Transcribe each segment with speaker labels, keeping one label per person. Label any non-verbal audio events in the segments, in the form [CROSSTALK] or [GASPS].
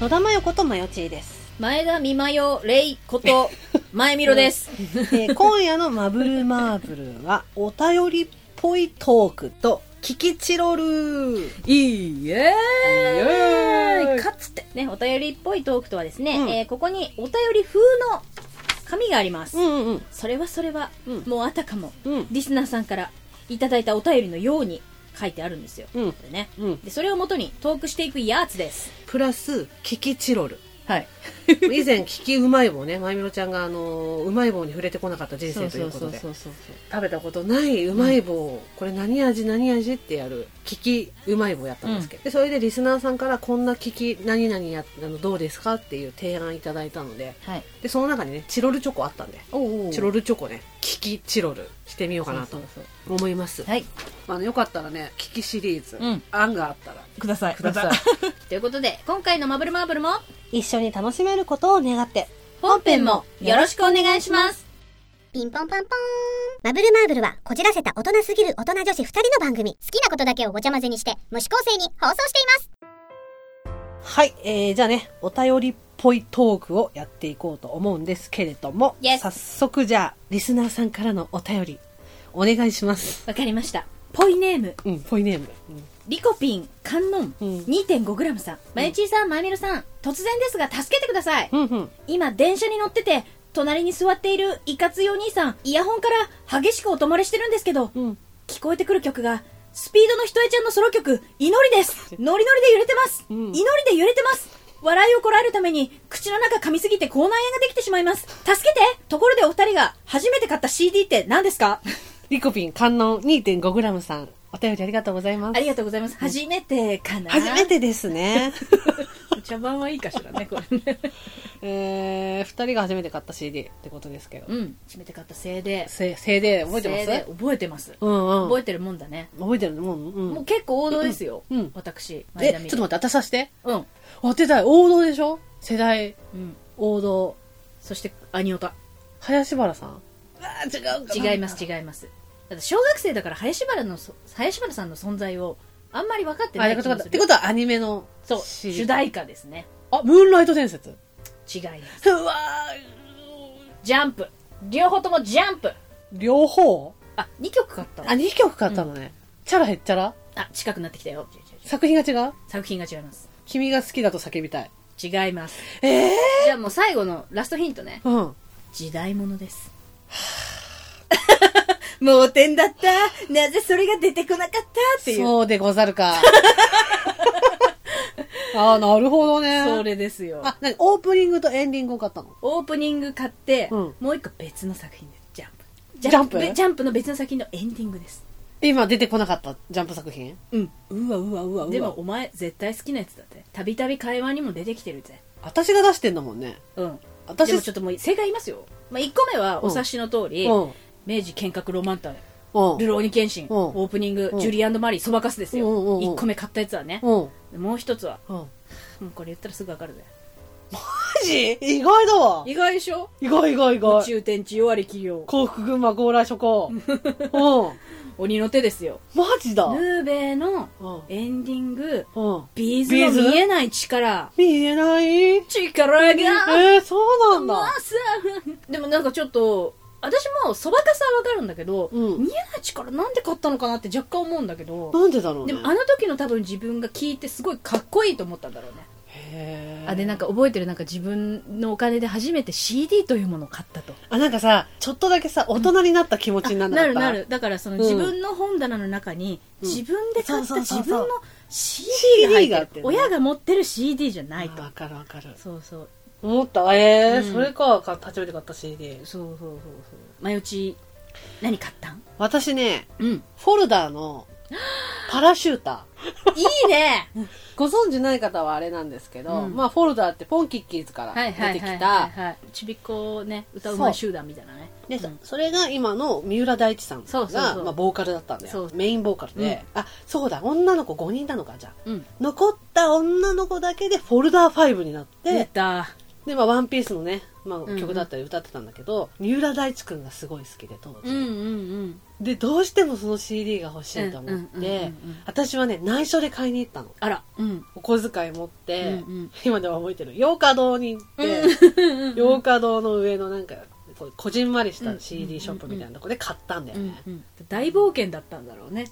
Speaker 1: 野田真代子とまよちーです、
Speaker 2: 前田美マヨレイ [LAUGHS] こと、前みろです。
Speaker 1: えー今夜の「マブルマーブル」はお便りっぽいトークとキキチロル
Speaker 2: イエ
Speaker 1: イエーイ
Speaker 2: かつて、ね、お便りっぽいトークとはですね、
Speaker 1: うん
Speaker 2: えーここにお便り風の紙があります。
Speaker 1: んうん
Speaker 2: それはそれは、
Speaker 1: うん
Speaker 2: もうあたかも、
Speaker 1: うん
Speaker 2: リスナーさんからいただいたお便りのように書いてあるんですよ。
Speaker 1: うん
Speaker 2: でね。
Speaker 1: うん
Speaker 2: で、それをもとにトークしていくやつです。
Speaker 1: プラスキキチロル
Speaker 2: はい。
Speaker 1: [LAUGHS] 以前キキうまい棒ねまゆみろちゃんがあのうまい棒に触れてこなかった人生ということで
Speaker 2: うそう。
Speaker 1: 食べたことないうまい棒を、これ何味何味ってやる利きうまい棒やったんですけど、でそれでリスナーさんからこんな利き何々やあのどうですかっていう提案いただいたので
Speaker 2: はい。
Speaker 1: でその中にねチロルチョコあったんで
Speaker 2: おうおう
Speaker 1: チロルチョコね利きチロルしてみようかな
Speaker 2: そ
Speaker 1: と
Speaker 2: うそう
Speaker 1: 思います
Speaker 2: そうはい。
Speaker 1: あのよかったらね利きシリーズ、
Speaker 2: うん
Speaker 1: 案があったら
Speaker 2: ください。
Speaker 1: ください。
Speaker 2: ということで、今回のマブルマーブルも、
Speaker 3: 一緒に楽しめることを願って
Speaker 2: 本編もよろしくお願いします。
Speaker 3: ピンポンパンポーンマブルマーブルはこじらせた大人すぎる大人女子2人の番組好きなことだけをごちゃ混ぜにして無視構成に放送しています
Speaker 1: はい、えー、じゃあねお便りっぽいトークをやっていこうと思うんですけれども、
Speaker 2: Yes
Speaker 1: 早速じゃあリスナーさんからのお便りお願いします
Speaker 2: わかりました。ポイネーム、
Speaker 1: うんぽいネーム、うん
Speaker 2: リコピン、観音、
Speaker 1: うん
Speaker 2: 2.5g さん。まゆちーさん、まゆみろさん、突然ですが助けてください。
Speaker 1: うんうん。
Speaker 2: 今、電車に乗ってて、隣に座っているいかついお兄さん、イヤホンから激しく音漏れしてるんですけど、
Speaker 1: うん。
Speaker 2: 聞こえてくる曲が、スピードのひとえちゃんのソロ曲、祈りです。ノリノリで揺れてます。
Speaker 1: うん
Speaker 2: 祈りで揺れてます。笑いをこらえるために、口の中噛みすぎて口内炎ができてしまいます。助けてところでお二人が、初めて買った CD って何です
Speaker 1: [LAUGHS]
Speaker 2: か
Speaker 1: リコピン観音 2.5g さん、お便りありがとうございま
Speaker 2: あ
Speaker 1: す。
Speaker 2: りがとうございます。初めてかな
Speaker 1: 初めてですね。 [LAUGHS]
Speaker 2: お茶番はいいかしらね、これね。
Speaker 1: えー、二人が初めて買った CD ってことですけど。
Speaker 2: うん。初めて買ったせいで。
Speaker 1: せ、せいで覚えて
Speaker 2: せいで
Speaker 1: ます
Speaker 2: 覚えてます。
Speaker 1: うんうん。
Speaker 2: 覚えてるもんだね。
Speaker 1: 覚えてるのうんうん。
Speaker 2: もう結構王道ですよ。
Speaker 1: うん
Speaker 2: 私、
Speaker 1: え、ちょ
Speaker 2: 前田
Speaker 1: っ
Speaker 2: 美
Speaker 1: と待って、当てさせて。
Speaker 2: うん。
Speaker 1: 当てたい。王道でしょ世代、
Speaker 2: うん。
Speaker 1: 王道。
Speaker 2: そして、アニオタ。
Speaker 1: 林原さん。あー違うかな
Speaker 2: 違います、違います。だって小学生だから林原のそ、林原さんの存在をあんまり分かって
Speaker 1: あ、
Speaker 2: な
Speaker 1: よかっ
Speaker 2: い気
Speaker 1: たよ
Speaker 2: が
Speaker 1: かったっ
Speaker 2: する
Speaker 1: てことはアニメの
Speaker 2: そう、
Speaker 1: シリーズ
Speaker 2: 主題歌ですね。
Speaker 1: あ、ムーンライト伝説。
Speaker 2: 違います。
Speaker 1: うわ
Speaker 2: ジャンプ。両方ともジャンプ。
Speaker 1: ー両方
Speaker 2: あ、2曲買った
Speaker 1: あ、
Speaker 2: わ
Speaker 1: 2曲買ったのね。チャラへっちゃら
Speaker 2: あ、近くなってきたよ。
Speaker 1: 作品が違う
Speaker 2: 作品が違います。
Speaker 1: 君が好きだと叫びたい。
Speaker 2: 違います。
Speaker 1: ええ
Speaker 2: じゃあもう最後のラストヒントね。
Speaker 1: うん。
Speaker 2: 時代物です。 [LAUGHS] 盲点だった。なぜそれが出てこなかったっていう。
Speaker 1: そうでござる [LAUGHS] か。ああ、なるほどね。
Speaker 2: それですよ。
Speaker 1: あ、なに、オープニングとエンディングを買ったの
Speaker 2: オープニング買って、
Speaker 1: うん
Speaker 2: もう一個別の作品です。ジャンプ。
Speaker 1: ジャンプ
Speaker 2: べジャンプの別の作品のエンディングです。
Speaker 1: 今出てこなかったジャンプ作品
Speaker 2: うん。
Speaker 1: うわうわうわうわ。
Speaker 2: でもお前絶対好きなやつだって。たびたび会話にも出てきてるぜ。
Speaker 1: 私が出してんだもんね。
Speaker 2: うん。
Speaker 1: 私、
Speaker 2: でもちょっともう正解言いますよ。まあ、1個目はお察しの通り、
Speaker 1: うん
Speaker 2: 明治剣閣ロマンタル、
Speaker 1: うん。
Speaker 2: ルローニケンシン、
Speaker 1: うん
Speaker 2: オープニング、
Speaker 1: うん
Speaker 2: ジュリーマリー、そばかすですよ。
Speaker 1: うんうんうん
Speaker 2: 1個目買ったやつはね。
Speaker 1: うん。うん。
Speaker 2: もう一つは、
Speaker 1: マ
Speaker 2: うん、これ言ったらすぐわかるぜ。
Speaker 1: ジ意外だわ。
Speaker 2: 意外でしょ
Speaker 1: 意外意外意
Speaker 2: 宇
Speaker 1: 外。
Speaker 2: 宙天地弱り企業、
Speaker 1: 幸福群馬強来諸
Speaker 2: [LAUGHS]
Speaker 1: 行。うん。
Speaker 2: 鬼の手ですよ。
Speaker 1: マジだ。
Speaker 2: ヌーベイの
Speaker 1: うん
Speaker 2: エンディング、
Speaker 1: うん。
Speaker 2: ビーズの
Speaker 1: ビーズ
Speaker 2: 見えない力。
Speaker 1: 見えない
Speaker 2: 力
Speaker 1: え
Speaker 2: が、
Speaker 1: ー、そうなん
Speaker 2: ま
Speaker 1: だ。
Speaker 2: さでもなんかちょっと、私もそばかすはわかるんだけど、
Speaker 1: うん
Speaker 2: 見えない力なんで買ったのかなって若干思うんだけど、
Speaker 1: なんでだろう
Speaker 2: で
Speaker 1: ね。
Speaker 2: もあの時の多分自分が聞いてすごいかっこいいと思ったんだろうね。
Speaker 1: へー
Speaker 2: あ、でなんか覚えてるなんか自分のお金で初めて CD というものを買ったと。
Speaker 1: あ、なんかさ、ちょっとだけさ、大人になった気持ちにな
Speaker 2: あ
Speaker 1: んなか
Speaker 2: な
Speaker 1: っ
Speaker 2: る
Speaker 1: た
Speaker 2: なる。だからその
Speaker 1: うん
Speaker 2: 自分の本棚の中に、
Speaker 1: うん
Speaker 2: 自分で買った
Speaker 1: そうそうそう
Speaker 2: 自
Speaker 1: そう
Speaker 2: 分の CD が入ってる
Speaker 1: CD が入ってるね
Speaker 2: 親が持ってる CD じゃないと
Speaker 1: あわかるわかる。
Speaker 2: そうそう
Speaker 1: 思った。ええ
Speaker 2: うん
Speaker 1: それか、か初めて買った CD
Speaker 2: そう。そうそうそう前打ち何買ったん
Speaker 1: 私ね、
Speaker 2: うんいい
Speaker 1: フォルダー
Speaker 2: [GASPS]
Speaker 1: の、パラシューター。
Speaker 2: ね
Speaker 1: ご存知ない方はあれなんですけど、
Speaker 2: うん
Speaker 1: まあ、フォルダーってポンキッキーズから
Speaker 2: はい
Speaker 1: 出
Speaker 2: はい
Speaker 1: て
Speaker 2: はい
Speaker 1: き
Speaker 2: はい
Speaker 1: た、
Speaker 2: はいちびっこをね歌うまい集団みたいなね
Speaker 1: で、
Speaker 2: うん
Speaker 1: それが今の三浦大知さんが、
Speaker 2: そうそうそう
Speaker 1: まあ、ボーカルだったんだ
Speaker 2: そ
Speaker 1: よ
Speaker 2: う。
Speaker 1: メインボーカルで、あ、そうだ、女の子5人なのか、じゃあ。
Speaker 2: うん
Speaker 1: 残った女の子だけでフォルダー5になって、
Speaker 2: 出た
Speaker 1: で、まあ、ワンピースのね、ま
Speaker 2: んう
Speaker 1: あ、
Speaker 2: ん
Speaker 1: 曲だったり歌ってたんだけど、三浦大知くんがすごい好きで、当時。
Speaker 2: うんうん
Speaker 1: で、どうしてもその CD が欲しいと思っ
Speaker 2: うんうんうんうんう
Speaker 1: て
Speaker 2: ん、
Speaker 1: 私はね、内緒で買いに行ったの。
Speaker 2: あらうん
Speaker 1: お小遣い持って、
Speaker 2: うんうん
Speaker 1: 今では覚えてる、洋華堂に行って、洋華堂の上のなんか、こうこじんまりし
Speaker 2: うん
Speaker 1: た CD ショップみたいなとこで買ったんだよね。
Speaker 2: 大冒険だったんだろうね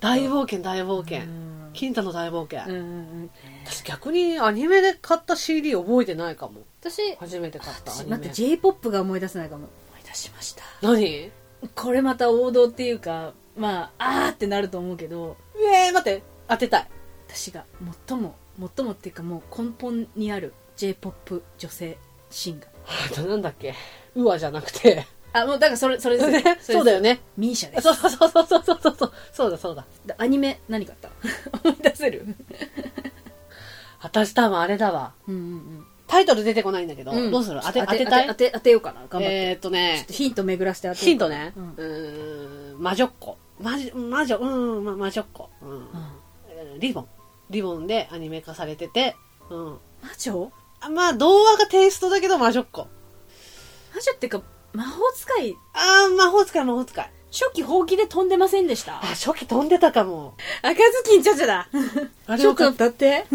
Speaker 1: 大冒険、大冒険。
Speaker 2: うん
Speaker 1: 金太の大冒
Speaker 2: う
Speaker 1: 険。
Speaker 2: んうんうん
Speaker 1: 私逆にアニメで買った CD 覚えてないかも。
Speaker 2: 私
Speaker 1: 初めて買ったア
Speaker 2: 私
Speaker 1: ニメ。
Speaker 2: 待って j p o p が思い出せないかも思い出しました
Speaker 1: 何
Speaker 2: これまた王道っていうかまああーってなると思うけど
Speaker 1: えー、待って、当てたい。
Speaker 2: 私が最も最もっていうかもう根本にある j p o p 女性シンガー
Speaker 1: あとなんだっけうわじゃなくて。
Speaker 2: あもうだからそれそれですれで
Speaker 1: [LAUGHS]
Speaker 2: す
Speaker 1: そうだよね。
Speaker 2: ミーシャです
Speaker 1: そうそうそうそうそうそうそう。そうだそうだ。
Speaker 2: だアニメ何買った思い出せる
Speaker 1: 私多分あれだわ。
Speaker 2: うんうん
Speaker 1: タイトル出てこないんだけど、
Speaker 2: うん
Speaker 1: どうする当て
Speaker 2: ちょっと
Speaker 1: 当てたい
Speaker 2: 当て当てようかな頑張って、
Speaker 1: えーっと
Speaker 2: ちょっ
Speaker 1: ね
Speaker 2: と、ヒント巡らせて当てよう
Speaker 1: ヒントね。
Speaker 2: う
Speaker 1: うんーん、魔女っ子。魔女、魔女、うん、ま魔女っ子。うん。リボン。リボンでアニメ化されてて、うん。
Speaker 2: 魔女
Speaker 1: あまあ、童話がテイストだけど魔女っ子。
Speaker 2: 魔女っていうか魔法使い
Speaker 1: あー、魔法使い、魔法使い。
Speaker 2: 初期放棄で飛んでませんでし
Speaker 1: あ、
Speaker 2: た
Speaker 1: 初期飛んでたかも。
Speaker 2: 赤ずきんちゃちゃだ
Speaker 1: あ
Speaker 2: ちょっと歌って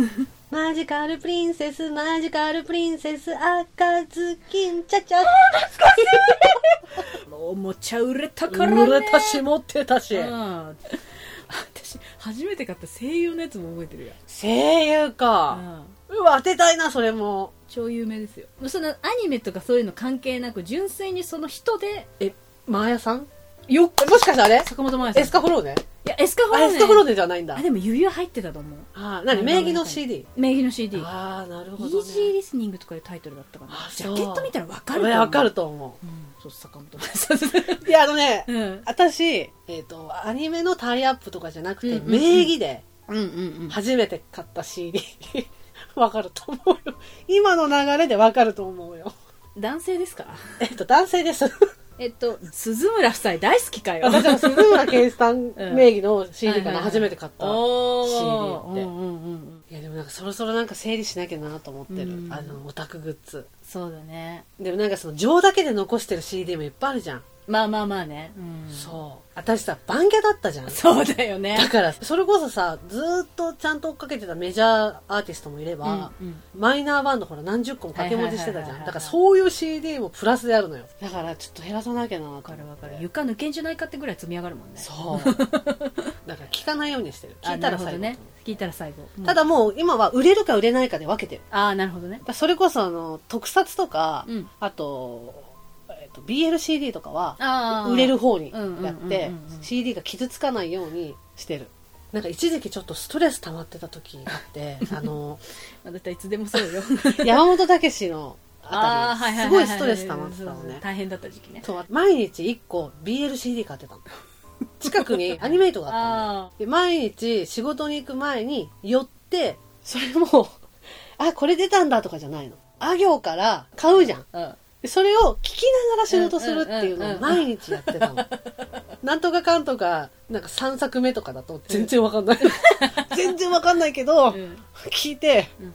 Speaker 1: マジカルプリンセス、マジカルプリンセス、赤ずきんちゃちゃ。
Speaker 2: もうおもちゃ売れたからね
Speaker 1: 売れたし、持ってたし
Speaker 2: う。ん私初めて買った声優のやつも覚えてるよ、
Speaker 1: 声優
Speaker 2: う
Speaker 1: か。
Speaker 2: ん、
Speaker 1: うわ、当てたいな、それも。
Speaker 2: 超有名ですよそのアニメとかそういうの関係なく純粋にその人で
Speaker 1: え、マーヤさんよっ、もしかしてあれ
Speaker 2: 坂本真綾さん
Speaker 1: エスカフローネ
Speaker 2: いやエスカフ
Speaker 1: あ、
Speaker 2: ロ
Speaker 1: エ
Speaker 2: ーネ
Speaker 1: スカフローネじゃないんだ
Speaker 2: あ。でも指輪入ってたと思う
Speaker 1: あ、なに名義の CD。
Speaker 2: 名義の CD イ
Speaker 1: あー、なるほど
Speaker 2: ー
Speaker 1: ね。
Speaker 2: ジーリスニングとかいうタイトルだったかな
Speaker 1: あ
Speaker 2: ジ
Speaker 1: そ
Speaker 2: ャ
Speaker 1: う
Speaker 2: ケット見たら分か
Speaker 1: こ
Speaker 2: ると
Speaker 1: れ
Speaker 2: 思う
Speaker 1: わかると思
Speaker 2: うんそう坂本真綾さん
Speaker 1: う。いや、あのね、
Speaker 2: [LAUGHS] うんうん
Speaker 1: 私、えっ、と、アニメのタイアップとかじゃなくて、
Speaker 2: うんうんうん
Speaker 1: 名義で
Speaker 2: うんうん
Speaker 1: 初めて買った CD。わ [LAUGHS] かると思うよ。今の流れでわかると思うよ。
Speaker 2: 男性ですか
Speaker 1: えっと、男性
Speaker 2: [LAUGHS]
Speaker 1: です。
Speaker 2: えっと鈴村夫妻大好きかよ
Speaker 1: 私も鈴村圭司さん
Speaker 2: うん
Speaker 1: 名義の CD か
Speaker 2: はいはい
Speaker 1: ら
Speaker 2: はい
Speaker 1: 初めて買った。
Speaker 2: [LAUGHS] おー
Speaker 1: CD って
Speaker 2: うんうんうんうん
Speaker 1: いや、でもなんかそろそろなんか整理しなきゃなと思ってる。
Speaker 2: うん
Speaker 1: あの、オタクグッズ。
Speaker 2: そうだね
Speaker 1: でもなんかその情だけで残してる CD もいっぱいあるじゃん。
Speaker 2: まあまあまあね、うん
Speaker 1: そう。私さ、バンギャだったじゃん。
Speaker 2: そうだよね
Speaker 1: だから、それこそさ、ずーっとちゃんと追っかけてたメジャーアーティストもいれば、
Speaker 2: うんうん
Speaker 1: マイナーバンドほら何十個も掛け持ちしてたじゃ
Speaker 2: はいはいはいはいはい
Speaker 1: ん。だからそういう CD もプラスであるのよ。だからちょっと減らさなきゃなわ
Speaker 2: わかるわかる床抜けんじゃないかってぐらい積み上がるもんね [LAUGHS]
Speaker 1: そう。だから聞かないようにしてる。聞いたら最
Speaker 2: あなるほど
Speaker 1: 後。
Speaker 2: ね聞いたら最後、
Speaker 1: ただもう今は売れるか売れないかで分けてる。
Speaker 2: ああなるほどね
Speaker 1: だからそれこそあの、特撮とか、
Speaker 2: うん
Speaker 1: あと、えっと、BLCD とかは、
Speaker 2: ああ
Speaker 1: 売れる方に
Speaker 2: うんうん
Speaker 1: やって
Speaker 2: うんうんうん
Speaker 1: CD が傷つかないようにしてるなんか一時期ちょっとストレス溜まってた時があって
Speaker 2: [LAUGHS]
Speaker 1: あの
Speaker 2: だっていつでもそう [LAUGHS] よ
Speaker 1: 山本武のあ
Speaker 2: ー
Speaker 1: たりすごいストレス溜まってたの
Speaker 2: そうそう
Speaker 1: ね
Speaker 2: 大変だった時期ね
Speaker 1: そう毎日1個 BLCD 買ってたの近く
Speaker 2: [LAUGHS]
Speaker 1: にアニメイトがあったの
Speaker 2: あ
Speaker 1: で毎日仕事に行く前に寄ってそれもあこれ出たんだとかじゃないのあ行から買うじゃん
Speaker 2: あうん
Speaker 1: でそれを聞きながら仕事するっていうのを毎日やってた
Speaker 2: [LAUGHS]
Speaker 1: の。なんとかかんとか、なんか3作目とかだと全然わかん
Speaker 2: [LAUGHS]
Speaker 1: ない。全然わかんないけど、
Speaker 2: うん
Speaker 1: 聞いて
Speaker 2: うん、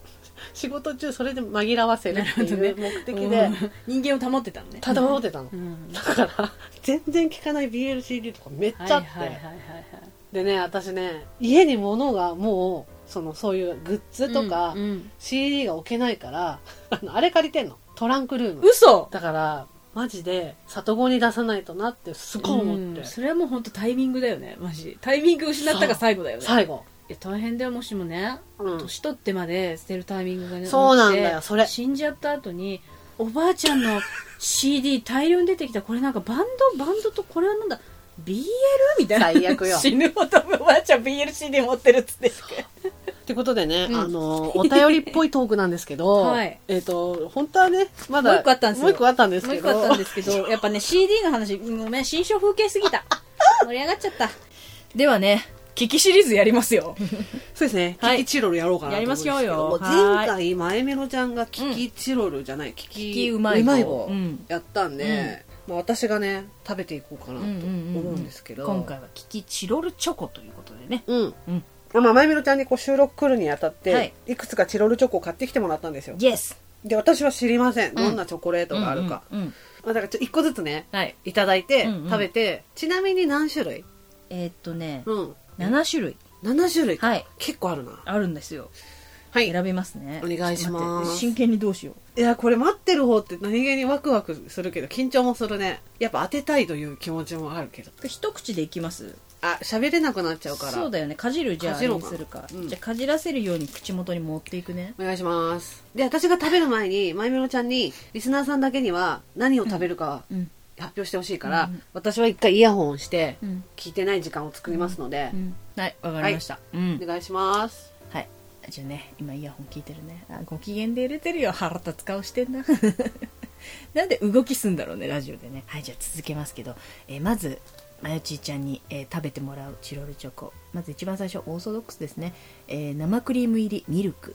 Speaker 1: 仕事中それで紛らわせるって
Speaker 2: な
Speaker 1: いう
Speaker 2: るほど
Speaker 1: 目的
Speaker 2: う
Speaker 1: で、
Speaker 2: [LAUGHS] ん人間を保ってたのね
Speaker 1: ただ守ってたの
Speaker 2: う。ん
Speaker 1: だから、全然聞かない BLCD とかめっちゃあって。
Speaker 2: はいはいはいはいはい
Speaker 1: でね、私ね、家に物がもう、その、そういうグッズとか、
Speaker 2: うんうん、
Speaker 1: CD が置けないから、あの、あれ借りてんの。トランクルーム。
Speaker 2: 嘘
Speaker 1: だから、マジで、里子に出さないとなって、すごい思って
Speaker 2: うん。それはもう本当タイミングだよねマジタイミング失ったが最後だよね
Speaker 1: 最後。
Speaker 2: いや大変だよもしもね、
Speaker 1: うん
Speaker 2: 年取ってまで捨てるタイミングがね
Speaker 1: そうなんだよ
Speaker 2: なくて
Speaker 1: それ
Speaker 2: 死んじゃった後におばあちゃんの CD 大量に出てきたこれなんかバンドバンドとこれはなんだ BL? みたいな
Speaker 1: 最悪よ
Speaker 2: 死ぬほどおばあちゃん BLCD 持ってるっつって
Speaker 1: ってことでね、
Speaker 2: うん
Speaker 1: あの、お便りっぽいトークなんですけど、
Speaker 2: はい
Speaker 1: えっ、と、本当はね、まだ、
Speaker 2: もう一個あったんですよ
Speaker 1: もう一個あったんです
Speaker 2: もう
Speaker 1: け
Speaker 2: 一
Speaker 1: ど、
Speaker 2: 個あったんですけどやっぱね CD の話ごめん新書風景すぎ
Speaker 1: [LAUGHS]
Speaker 2: た盛り上がっちゃったではね聞きシリーズやりますよ
Speaker 1: そうですね、
Speaker 2: はい
Speaker 1: キキチロルやろうかなと思うんですけど
Speaker 2: やりましょうよ
Speaker 1: も前回、前メロちゃんがキキチロルじゃない、キキ
Speaker 2: キキうまい棒うん
Speaker 1: やったんで、まあ私がね、食べていこうかなと思うんですけど、
Speaker 2: 今回は「キキチロルチョコ」ということでね
Speaker 1: うん。
Speaker 2: うん
Speaker 1: まあ、まゆみろちゃんにこう収録来るにあたって、
Speaker 2: はい
Speaker 1: い、くつかチロルチョコを買ってきてもらったんですよ。
Speaker 2: イエス
Speaker 1: で私は知りませんどんなチョコレートがあるか、
Speaker 4: うんうんうん
Speaker 1: まあ、だからちょ1個ずつね
Speaker 4: はい
Speaker 1: いただいて、
Speaker 4: うんうん
Speaker 1: 食べてちなみに何種類
Speaker 4: えーっとね、
Speaker 1: うん
Speaker 4: 7種類
Speaker 1: 7種類か、
Speaker 4: はい
Speaker 1: 結構あるな
Speaker 4: あるんですよ
Speaker 1: はい
Speaker 4: 選びますね
Speaker 1: お願いします
Speaker 4: ちょっと待って真剣にどうしよ
Speaker 1: いやこれ待ってる方って何気にワクワクするけど緊張もするねやっぱ当てたいという気持ちもあるけど
Speaker 4: う一口でいきます
Speaker 1: あ喋れなくなっちゃうから
Speaker 4: そうだよねかじるじゃあ
Speaker 1: か
Speaker 4: あ
Speaker 1: じ
Speaker 4: れ
Speaker 1: ろう
Speaker 4: に
Speaker 1: か
Speaker 4: するか、
Speaker 1: うん
Speaker 4: じゃあかじらせるように口元に持っていくね
Speaker 1: お願いしますで私が食べる前にまゆみろちゃんにリスナーさんだけには何を食べるか
Speaker 4: うん
Speaker 1: 発表してほしいから、
Speaker 4: うん
Speaker 1: 私は一回イヤホンをして
Speaker 4: うん
Speaker 1: 聞いてない時間を作りますので
Speaker 4: う、んはいわかりました、うん
Speaker 1: お願いします
Speaker 4: はいじゃあね今イヤホン聞いてるねあご機嫌で入れてるよ腹立つ顔してんな [LAUGHS] なんで動きすんだろうねラジオでねはいじゃあ続けますけど、えーまずまよちーちゃんに、えー食べてもらうチロルチョコまず一番最初オーソドックスですね、えー生クリーム入りミルク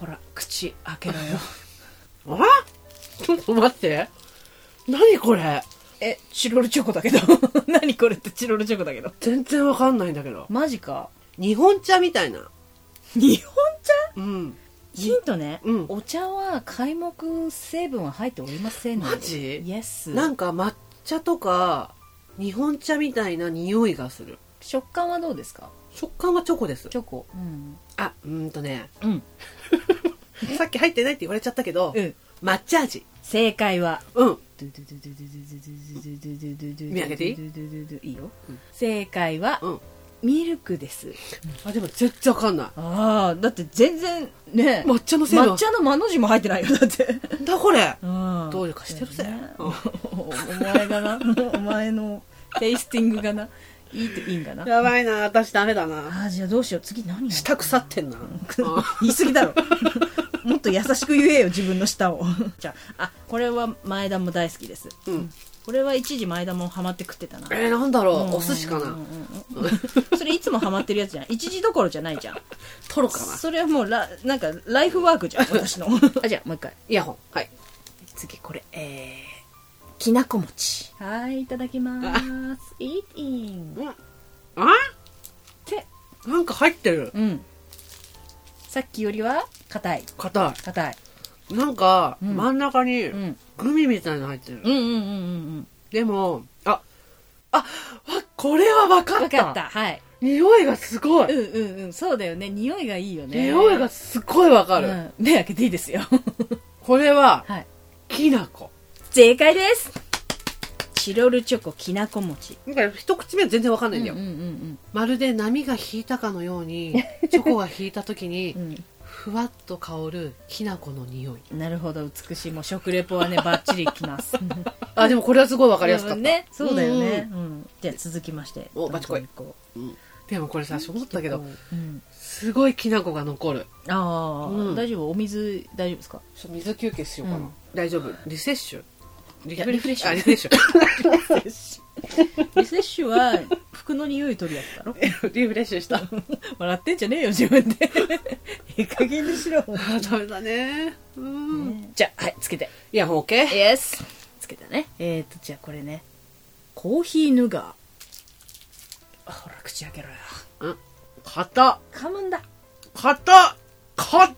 Speaker 4: ほら口開けろ
Speaker 1: あ
Speaker 4: よ
Speaker 1: ちょっと待って何これ
Speaker 4: えチロルチョコだけど [LAUGHS] 何これってチロルチョコだけど
Speaker 1: 全然わかんないんだけど
Speaker 4: マジか
Speaker 1: 日本茶みたいな
Speaker 4: 日本
Speaker 1: う
Speaker 4: 茶
Speaker 1: ん
Speaker 4: ヒントね、
Speaker 1: うん
Speaker 4: お茶は開目成分は入っておりませんので
Speaker 1: マジ
Speaker 4: イエス
Speaker 1: なんか抹茶とか日本茶みたいな匂いがする
Speaker 4: 食感はどうですか
Speaker 1: 食感はチョコです
Speaker 4: チョコうん、
Speaker 1: あうーんとね
Speaker 4: うん
Speaker 1: さっき入ってないって言われちゃったけど、抹茶味
Speaker 4: 正解は
Speaker 1: うん
Speaker 4: 見
Speaker 1: 見上げてい
Speaker 4: いいいよ、
Speaker 1: うん
Speaker 4: 正解は、
Speaker 1: うん
Speaker 4: ミルクです
Speaker 1: あでも全然わかんない
Speaker 4: ああだって全然ね
Speaker 1: 抹茶のせいだ
Speaker 4: 抹茶の間の字も入ってないよだって
Speaker 1: なんだこれど
Speaker 4: ど
Speaker 1: うにかしてるぜうん
Speaker 4: お前が [LAUGHS] なお前のテイスティングがないいっていいんかな
Speaker 1: やばいな私ダメだな
Speaker 4: あーじゃあどうしよう次何や
Speaker 1: 舌腐ってんな
Speaker 4: 言い過ぎだろもっと優しく言えよ自分の舌をじゃああこれは前田も大好きです
Speaker 1: うん
Speaker 4: これは一時前田もハマって食ってたな
Speaker 1: [LAUGHS] えー、なんだろ
Speaker 4: う
Speaker 1: うんお寿司かな
Speaker 4: うんうんうんそれいつもハマってるやつじゃん一時どころじゃない [LAUGHS] じゃん
Speaker 1: トロかな
Speaker 4: それはもうラなんかライフワークじゃん私のあじゃあもう一回
Speaker 1: イヤホンはい
Speaker 4: 次これえー、きなこ餅はいいただきますイーティング
Speaker 1: うんあ
Speaker 4: て
Speaker 1: なんか入ってる
Speaker 4: うんさっきよりは硬い
Speaker 1: 硬
Speaker 4: 硬い、
Speaker 1: いなんか
Speaker 4: うん
Speaker 1: 真ん中に
Speaker 4: うん、
Speaker 1: グミみたいなの入ってる
Speaker 4: うんうんうんうん
Speaker 1: でもああわこれは分
Speaker 4: うん
Speaker 1: か
Speaker 4: わ
Speaker 1: っ
Speaker 4: かったたはい
Speaker 1: 匂いがすご
Speaker 4: う
Speaker 1: い
Speaker 4: んうんうんそうだよね匂いがいいよね
Speaker 1: 匂いがすごい分かる
Speaker 4: うん、目開けていいですよ
Speaker 1: これは
Speaker 4: [LAUGHS] はい
Speaker 1: きなこ
Speaker 4: 正解ですチロルチョコきなこ餅
Speaker 1: なんか一口目は全然わかん
Speaker 4: う
Speaker 1: ないんだよ、
Speaker 4: ん
Speaker 1: まるで波が引いたかのよう
Speaker 4: [LAUGHS]
Speaker 1: にチョコが引いた時に
Speaker 4: うん
Speaker 1: ふわっと香るきなこの匂い
Speaker 4: なるほど美しいもう食レポ [LAUGHS] はねバッチリいきますわ
Speaker 1: あでもこれはすごいわかりやすかった、
Speaker 4: ねそうだよね、うんじゃあ続きまして
Speaker 1: おバチコイ
Speaker 4: どんどん行こ
Speaker 1: でもこれさしょぼった
Speaker 4: う
Speaker 1: けど
Speaker 4: うん
Speaker 1: すごいきなこが残る
Speaker 4: ああ、
Speaker 1: うん
Speaker 4: 大丈夫お水大丈夫ですか
Speaker 1: ちょっと水休憩しようかな、
Speaker 4: うん
Speaker 1: 大丈夫リセッシュリ
Speaker 4: やリフレッシュ
Speaker 1: あリフレッシュ
Speaker 4: リセッシュは服の匂い取るやつだろ
Speaker 1: [LAUGHS] リフレッシュした
Speaker 4: 笑ってんじゃねえよ自分 [LAUGHS] でええ加減にしろ、
Speaker 1: あ [LAUGHS] ダメだねうん、
Speaker 4: じゃあはいつけて
Speaker 1: いやもう OK
Speaker 4: イエスつけたねえーとじゃあこれねコーヒーヌガーほら口開けろよ
Speaker 1: うん硬っ
Speaker 4: 噛むんだ
Speaker 1: 硬っ硬っ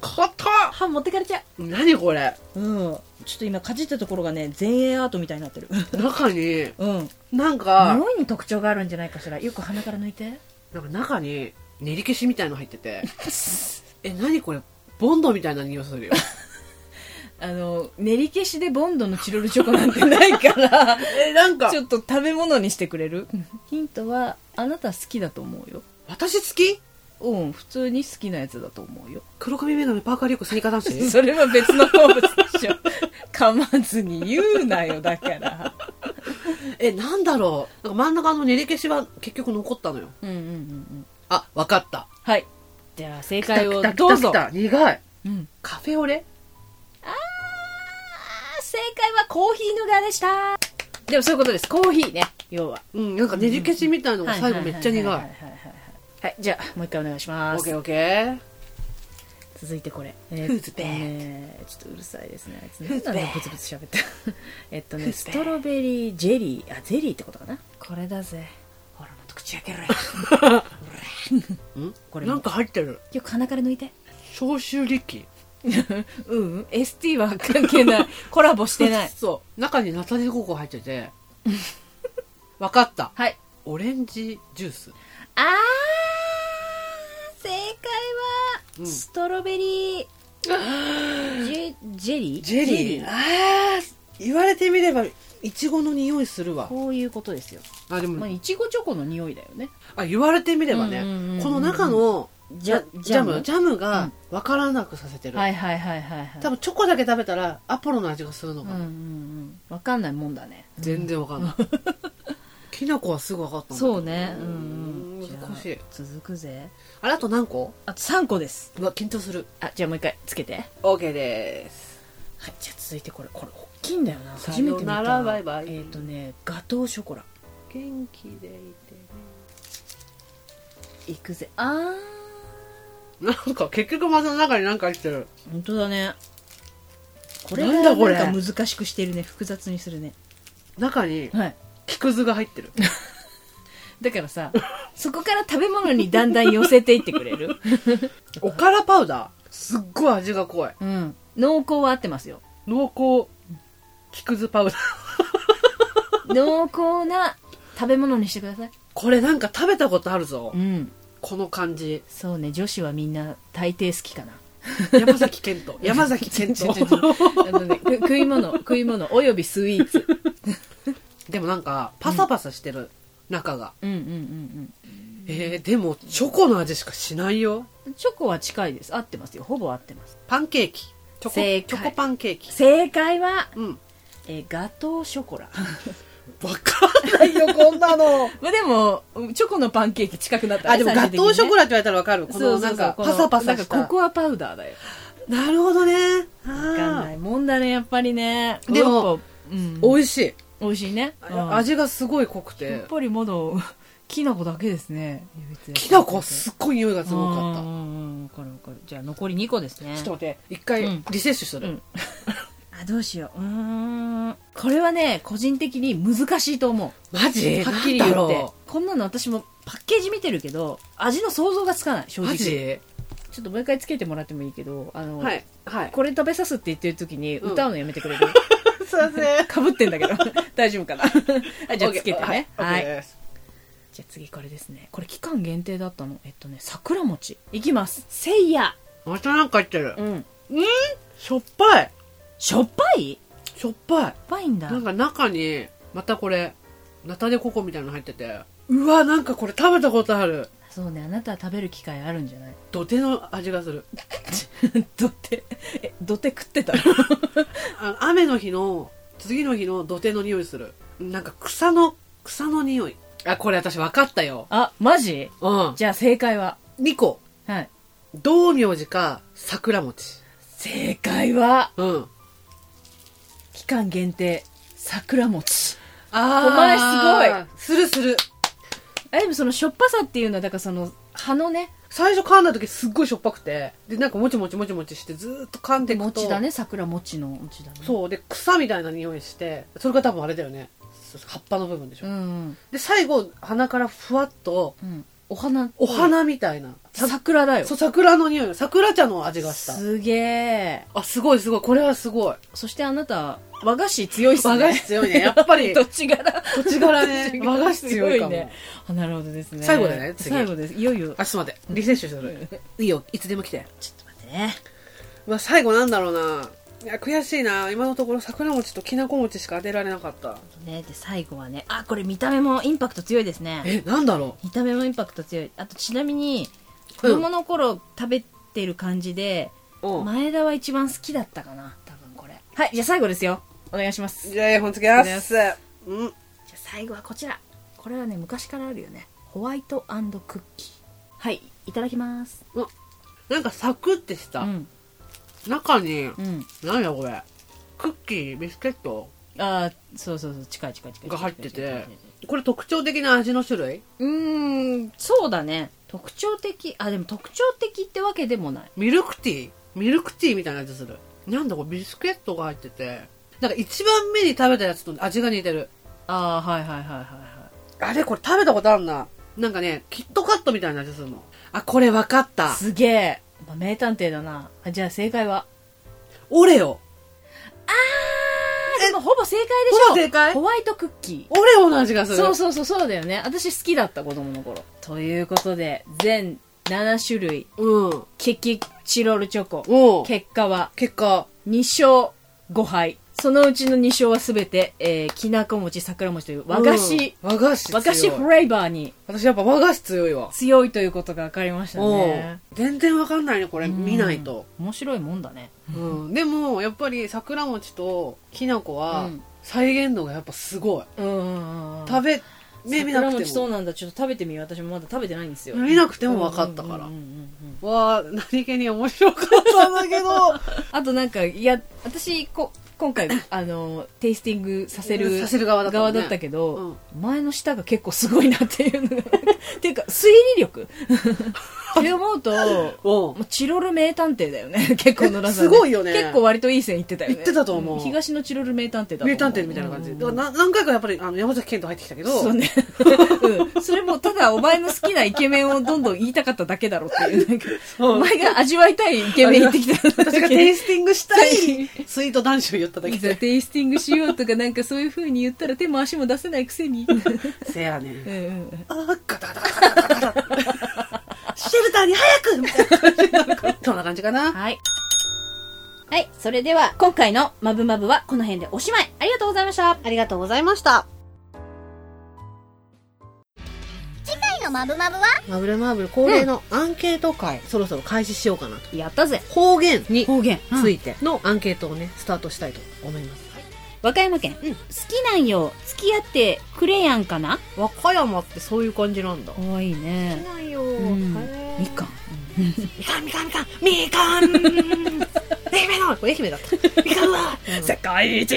Speaker 1: 硬っ
Speaker 4: 歯持ってかれちゃ
Speaker 1: 何これ
Speaker 4: ううんちょっと今かじったところがね前衛アートみたいになってる [LAUGHS]
Speaker 1: 中に
Speaker 4: うん
Speaker 1: なんか
Speaker 4: 匂いに特徴があるんじゃないかしらよく鼻から抜いて
Speaker 1: なんか中に練り消しみたいの入って [LAUGHS] てえ何これボンドみたいな匂いするよ
Speaker 4: あの練り消しでボンドのチロルチョコなんてないから
Speaker 1: [LAUGHS]
Speaker 4: [LAUGHS]
Speaker 1: えなんか
Speaker 4: ちょっと食べ物にしてくれるヒントはあなた好きだと思うよ
Speaker 1: 私好き
Speaker 4: うん普通に好きなやつだと思うよ
Speaker 1: 黒髪眼鏡パーカーリュックスニーカー男子
Speaker 4: それは別の好物でしょ噛まずに言うなよだから
Speaker 1: えなんだろうなんか真ん中の練り消しは結局残ったのよ
Speaker 4: うんうんうんうん
Speaker 1: あわかった
Speaker 4: はいじゃあ正解
Speaker 1: 来
Speaker 4: を
Speaker 1: た来た
Speaker 4: どうぞ
Speaker 1: 来た来た苦い
Speaker 4: うん、
Speaker 1: カフェオレ
Speaker 4: 正解はコーヒーヌガーでしたでもそういうことですコーヒーね要は
Speaker 1: うんなんかねじ消しみたいのが最後めっちゃ苦い
Speaker 4: はははははいじゃあもう一回お願いし
Speaker 1: オ
Speaker 4: ま
Speaker 1: ッケ
Speaker 4: す
Speaker 1: ーオッケー
Speaker 4: 続いてこれえ
Speaker 1: フーズベ
Speaker 4: ねちょっとうるさいですねあいつ
Speaker 1: フー
Speaker 4: ね
Speaker 1: ズ
Speaker 4: なん
Speaker 1: ベ
Speaker 4: でブツブツ喋って [LAUGHS] えっと
Speaker 1: フ
Speaker 4: ね
Speaker 1: ーズ
Speaker 4: ス
Speaker 1: ベ
Speaker 4: トロベリージェリーあゼリーってことかなこれだぜ
Speaker 1: ほらもっと口開けろ
Speaker 4: これ [LAUGHS]
Speaker 1: よなん
Speaker 4: も
Speaker 1: か入ってる
Speaker 4: よく鼻から抜いて
Speaker 1: 消臭力
Speaker 4: うん、ST は関係 [LAUGHS] ない。コラボしてない。
Speaker 1: そう中にナタデココ入って
Speaker 4: [LAUGHS]
Speaker 1: てわかった
Speaker 4: はい。
Speaker 1: オレンジジュース
Speaker 4: あー正解は、
Speaker 1: うん
Speaker 4: ストロベリージェジェリー
Speaker 1: ジェリーあー言われてみればいちごの匂いするわ
Speaker 4: こういうことですよ。
Speaker 1: あで
Speaker 4: ま
Speaker 1: も
Speaker 4: あ、いちごチョコの匂いだよね。
Speaker 1: あ言われてみれば
Speaker 4: うんうんうんう
Speaker 1: ね
Speaker 4: ん
Speaker 1: この中の
Speaker 4: ジャ
Speaker 1: ジャム
Speaker 4: ジ
Speaker 1: ジャムがわからなくさせてる、
Speaker 4: はいはいはいはいはい。
Speaker 1: 多分チョコだけ食べたらアポロの味がするの
Speaker 4: う
Speaker 1: か
Speaker 4: んう
Speaker 1: な、
Speaker 4: んうん。わかんないもんだね。
Speaker 1: 全然わかんない [LAUGHS] きな粉はすぐわかったんだけど
Speaker 4: そうね。う
Speaker 1: うん
Speaker 4: んうん。
Speaker 1: 難しい
Speaker 4: じゃあ続くぜ。
Speaker 1: あれあと何個
Speaker 4: あと3個です。
Speaker 1: うわ緊張する
Speaker 4: あ、じゃあもう一回つけて。はい、
Speaker 1: OK です
Speaker 4: じゃあ続いてこれ。これ大きいんだよな。
Speaker 1: さ
Speaker 4: 初めて見た。
Speaker 1: よならバイバイ
Speaker 4: えっ、とね、ガトーショコラ。
Speaker 1: 元気でいて
Speaker 4: いくぜ。あー。
Speaker 1: ねなんか結局また中に何か入ってる
Speaker 4: 本当だね。これ
Speaker 1: なんだこれ
Speaker 4: なんか難しくしてるね。複雑にするね。
Speaker 1: 中に
Speaker 4: はい。
Speaker 1: 木くずが入って [LAUGHS] る
Speaker 4: だからさ、 [LAUGHS] そこから食べ物にだんだん寄せていってくれる [LAUGHS]
Speaker 1: おからパウダーすっごい味が濃い
Speaker 4: うん。濃厚は合ってますよ。
Speaker 1: 濃厚木くずパウダー
Speaker 4: 濃厚な食べ物にしてください。
Speaker 1: これなんか食べたことあるぞ、
Speaker 4: うん。
Speaker 1: この感じ
Speaker 4: そうね、女子はみんな大抵好きかな。
Speaker 1: 山崎賢 [LAUGHS] 人山崎賢人
Speaker 4: [LAUGHS] あのね、く食い物、食い物、およびスイーツ。
Speaker 1: [LAUGHS] でもなんかパサパサしてる中が、
Speaker 4: うんうんうん
Speaker 1: えー、でもチョコの味しかしないよ
Speaker 4: うん。チョコは近いです。合ってますよ。ほぼ合ってます。
Speaker 1: パンケーキチョコ
Speaker 4: 正解
Speaker 1: チョコパンケーキ
Speaker 4: 正解は、
Speaker 1: うん
Speaker 4: えーガトーショコラ。
Speaker 1: わかんないよこんなの
Speaker 4: [LAUGHS] まあでも、チョコのパンケーキ近くなった
Speaker 1: あでもガトーショコラ
Speaker 4: ラ
Speaker 1: って言われたらわかるこのなんかパサパサした
Speaker 4: なんかココアパウダーだよ。
Speaker 1: なるほどねあ
Speaker 4: わかんな
Speaker 1: ー
Speaker 4: いもんだね、やっぱりね。
Speaker 1: でも
Speaker 4: ヨーロッパ、うん、
Speaker 1: 美味しい
Speaker 4: 美味しいね。うん
Speaker 1: 味がすごい濃く
Speaker 4: やってぱりまだ、 [LAUGHS] きな粉だけですね。
Speaker 1: きな粉すっごい匂いがすごかった
Speaker 4: うんうんうんわかるわかる。じゃあ残り2個ですね。
Speaker 1: ちょっと待って一回
Speaker 4: うん
Speaker 1: リセッシュする、
Speaker 4: うんあ、どうしよう。うーん。これはね、個人的に難しいと思う。
Speaker 1: マジ
Speaker 4: はっきり言
Speaker 1: なん
Speaker 4: っ
Speaker 1: だ
Speaker 4: て
Speaker 1: ろ。
Speaker 4: こんなの私もパッケージ見てるけど、味の想像がつかない、正
Speaker 1: うマ
Speaker 4: 直。ち
Speaker 1: ジ
Speaker 4: ょっともう一回つけてもらってもいいけど、あの、
Speaker 1: はいはい
Speaker 4: これ食べさすって言ってる時に
Speaker 1: うん
Speaker 4: 歌うのやめてく
Speaker 1: [LAUGHS]
Speaker 4: れる、
Speaker 1: すいません
Speaker 4: かぶってんだけ
Speaker 1: [LAUGHS]
Speaker 4: ど大丈夫かなあじゃあつけてねはい、じゃあ次これですねこれ期間限定だったのえっとね桜餅いきますせいや
Speaker 1: またなんか言ってる
Speaker 4: うん
Speaker 1: しょっぱい
Speaker 4: しょっぱいし
Speaker 1: しょっぱい
Speaker 4: ょっぱいんだ
Speaker 1: なんか中にまたこれナタデココみたいなの入っててうわなんかこれ食べたことある
Speaker 4: そうねあなたは食べる機会あるんじゃない
Speaker 1: 土手の味がする
Speaker 4: どてえどて食ってたの
Speaker 1: あ雨の日の次の日の土手の匂いするなんか草の草の匂いあこれ私分かったよ
Speaker 4: あマジ
Speaker 1: うん
Speaker 4: じゃあ正解は
Speaker 1: 2個
Speaker 4: はい
Speaker 1: 道明寺か桜餅
Speaker 4: 正解は
Speaker 1: うん
Speaker 4: 期間限定桜餅
Speaker 1: あ
Speaker 4: お前
Speaker 1: すごいするする
Speaker 4: あでもそのしょっぱさっていうのはだからその葉のね
Speaker 1: 最初噛んだ時すっごいしょっぱくてでなんかもちもちもちもちしてずーっと噛んでいくと
Speaker 4: 餅だね桜餅の餅だね
Speaker 1: そうで草みたいな匂いしてそれが多分あれだよねそうそう葉っぱの部分でしょ、
Speaker 4: うんうん
Speaker 1: で最後鼻からふわっと
Speaker 4: うんお花
Speaker 1: お花みたいな、さ
Speaker 4: 桜だよ
Speaker 1: そう桜の匂い桜茶の味がした
Speaker 4: すげえ
Speaker 1: あすごいすごいこれはすごい
Speaker 4: そしてあなた和菓子強いっすね
Speaker 1: 和菓子強いねやっぱり
Speaker 4: [LAUGHS] 土地柄
Speaker 1: 土地柄 [LAUGHS] ね和菓子強い
Speaker 4: [LAUGHS]
Speaker 1: かも
Speaker 4: ねあなるほどですね
Speaker 1: 最後だね次
Speaker 4: 最後ですいよいよ
Speaker 1: あちょっと待ってリセッシュするいいよいつでも来て
Speaker 4: ちょっと待ってね
Speaker 1: まあ最後なんだろうないや悔しいな今のところ桜餅ときなこ餅しか当てられなかった
Speaker 4: ねで最後はねあこれ見た目もインパクト強いですね
Speaker 1: えなんだろ
Speaker 4: 見た目もインパクト強いあとちなみに子
Speaker 1: うん
Speaker 4: 供の頃食べてる感じで、
Speaker 1: う、うん、
Speaker 4: 前田は一番好きだったかな多分これはいじゃあ最後ですよお願いします
Speaker 1: じゃあ絵本つけますうん
Speaker 4: じゃあ最後はこちらこれはね昔からあるよねホワイトクッキーはいいただきます
Speaker 1: なんかサクってし
Speaker 4: う
Speaker 1: た、
Speaker 4: ん
Speaker 1: 中に
Speaker 4: うん
Speaker 1: なんだこれクッキービスケット
Speaker 4: ああそうそうそう近い近い近い
Speaker 1: が入っててこれ特徴的な味の種類
Speaker 4: うーんそうだね特徴的あでも特徴的ってわけでもない
Speaker 1: ミルクティーミルクティーみたいな味するなんだこれビスケットが入っててなんか一番目に食べたやつと味が似てる
Speaker 4: ああはいはいはいはいは
Speaker 1: あれこれ食べたことあるななんかねキットカットみたいな味するのあこれ分かった
Speaker 4: すげえまあ名探偵だなあじゃあ正解は
Speaker 1: オレオ
Speaker 4: あでもほぼ正解でしょ
Speaker 1: ほぼ正解
Speaker 4: ホワイトクッキー
Speaker 1: オレオの味がする
Speaker 4: そうそうそうそうだよね私好きだった子供の頃ということで全7種類
Speaker 1: うん
Speaker 4: ケキチロルチョコ
Speaker 1: おう
Speaker 4: 結果は
Speaker 1: 結果
Speaker 4: 2勝5敗そのうちの2勝は全て、えーきなこ餅桜餅という和菓子、
Speaker 1: うん和菓子強い
Speaker 4: 和菓子フレーバーに
Speaker 1: 私やっぱ和菓子強いわ
Speaker 4: 強いということが分かりました
Speaker 1: お
Speaker 4: ね
Speaker 1: う全然わかんないねこれ見ないと、
Speaker 4: うん面白いもんだね
Speaker 1: うんでもやっぱり桜餅ときなこ
Speaker 4: う
Speaker 1: は
Speaker 4: ん
Speaker 1: 再現度がやっぱすごい、
Speaker 4: うんうんうん
Speaker 1: 食べ目見なく
Speaker 4: 桜餅
Speaker 1: て
Speaker 4: そう
Speaker 1: も
Speaker 4: なんだちょっと食べてみよう私もまだ食べてないんですよ
Speaker 1: 見なくても分かったから、
Speaker 4: うんうんうんうん
Speaker 1: わあ何気に面白かったんだけど
Speaker 4: あとなんかいや私こ今回あのテイスティングさせる
Speaker 1: させる側だったもんね
Speaker 4: けど、
Speaker 1: うん
Speaker 4: 前の舌が結構すごいなっていうのが [LAUGHS] っていうか推理力 [LAUGHS] って思うと
Speaker 1: うん
Speaker 4: もうチロル名探偵だよね結構野田さん、
Speaker 1: すごいよね
Speaker 4: 結構割といい線いってたよね
Speaker 1: 行ってたと思うん
Speaker 4: 東のチロル名探偵だと思
Speaker 1: 名
Speaker 4: う
Speaker 1: 探偵みたいな感じ
Speaker 4: う
Speaker 1: で
Speaker 4: ん
Speaker 1: だからな何回かやっぱりあの山崎賢人入ってきたけど
Speaker 4: そうね、うん、それもただお前の好きなイケメンをどんどん言いたかっただけだろっていうなんか
Speaker 1: うん
Speaker 4: お前が味わいたいイケメン言ってきた
Speaker 1: 私がテイスティングした
Speaker 4: はい
Speaker 1: いスイート男子を言っただけ
Speaker 4: いざ
Speaker 1: で
Speaker 4: テイスティングしようとかなんかそういう風に言ったら手も足も出せないくせ [LAUGHS] に
Speaker 1: せやねん
Speaker 4: うんうん
Speaker 1: あーガタガタガタガタガタシェルターに早くみたいな感じになるからそんな感じかな
Speaker 4: はいはいそれでは今回の「まぶまぶ」はこの辺でおしまいありがとうございました
Speaker 1: ありがとうございました
Speaker 3: 次回のマブマブは
Speaker 1: マブルマーブル恒例のアンケート会、そろそろ開始しようかなと
Speaker 4: やったぜ
Speaker 1: 方言に
Speaker 4: 方言、
Speaker 1: ついてのアンケートをねスタートしたいと思います、
Speaker 4: 和歌山県、
Speaker 1: うん
Speaker 4: 好きなんよ付き合ってくれやんかな
Speaker 1: 和歌山ってそういう感じなんだ
Speaker 4: かわいいね
Speaker 1: ないよ、
Speaker 4: うん
Speaker 1: へー
Speaker 4: みかん
Speaker 1: みかんみかんみか [LAUGHS] んみかん愛媛のこれ愛媛だったみかんは世界一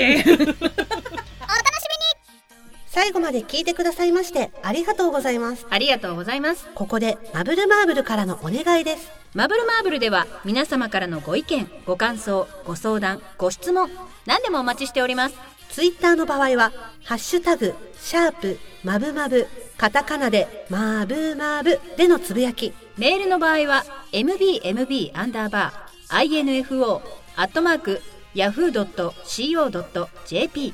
Speaker 5: 最後まで聞いてくださいましてありがとうございます。
Speaker 6: ありがとうございます。
Speaker 5: ここでマブルマーブルからのお願いです。
Speaker 6: マブルマーブルでは皆様からのご意見、ご感想、ご相談、ご質問、何でもお待ちしております。
Speaker 5: ツイッターの場合は、ハッシュタグ、シャープ、マブマブ、カタカナで、マブマブでのつぶやき、
Speaker 6: メールの場合は mbmb アンダーバー info アットマーク yahoo.co.jp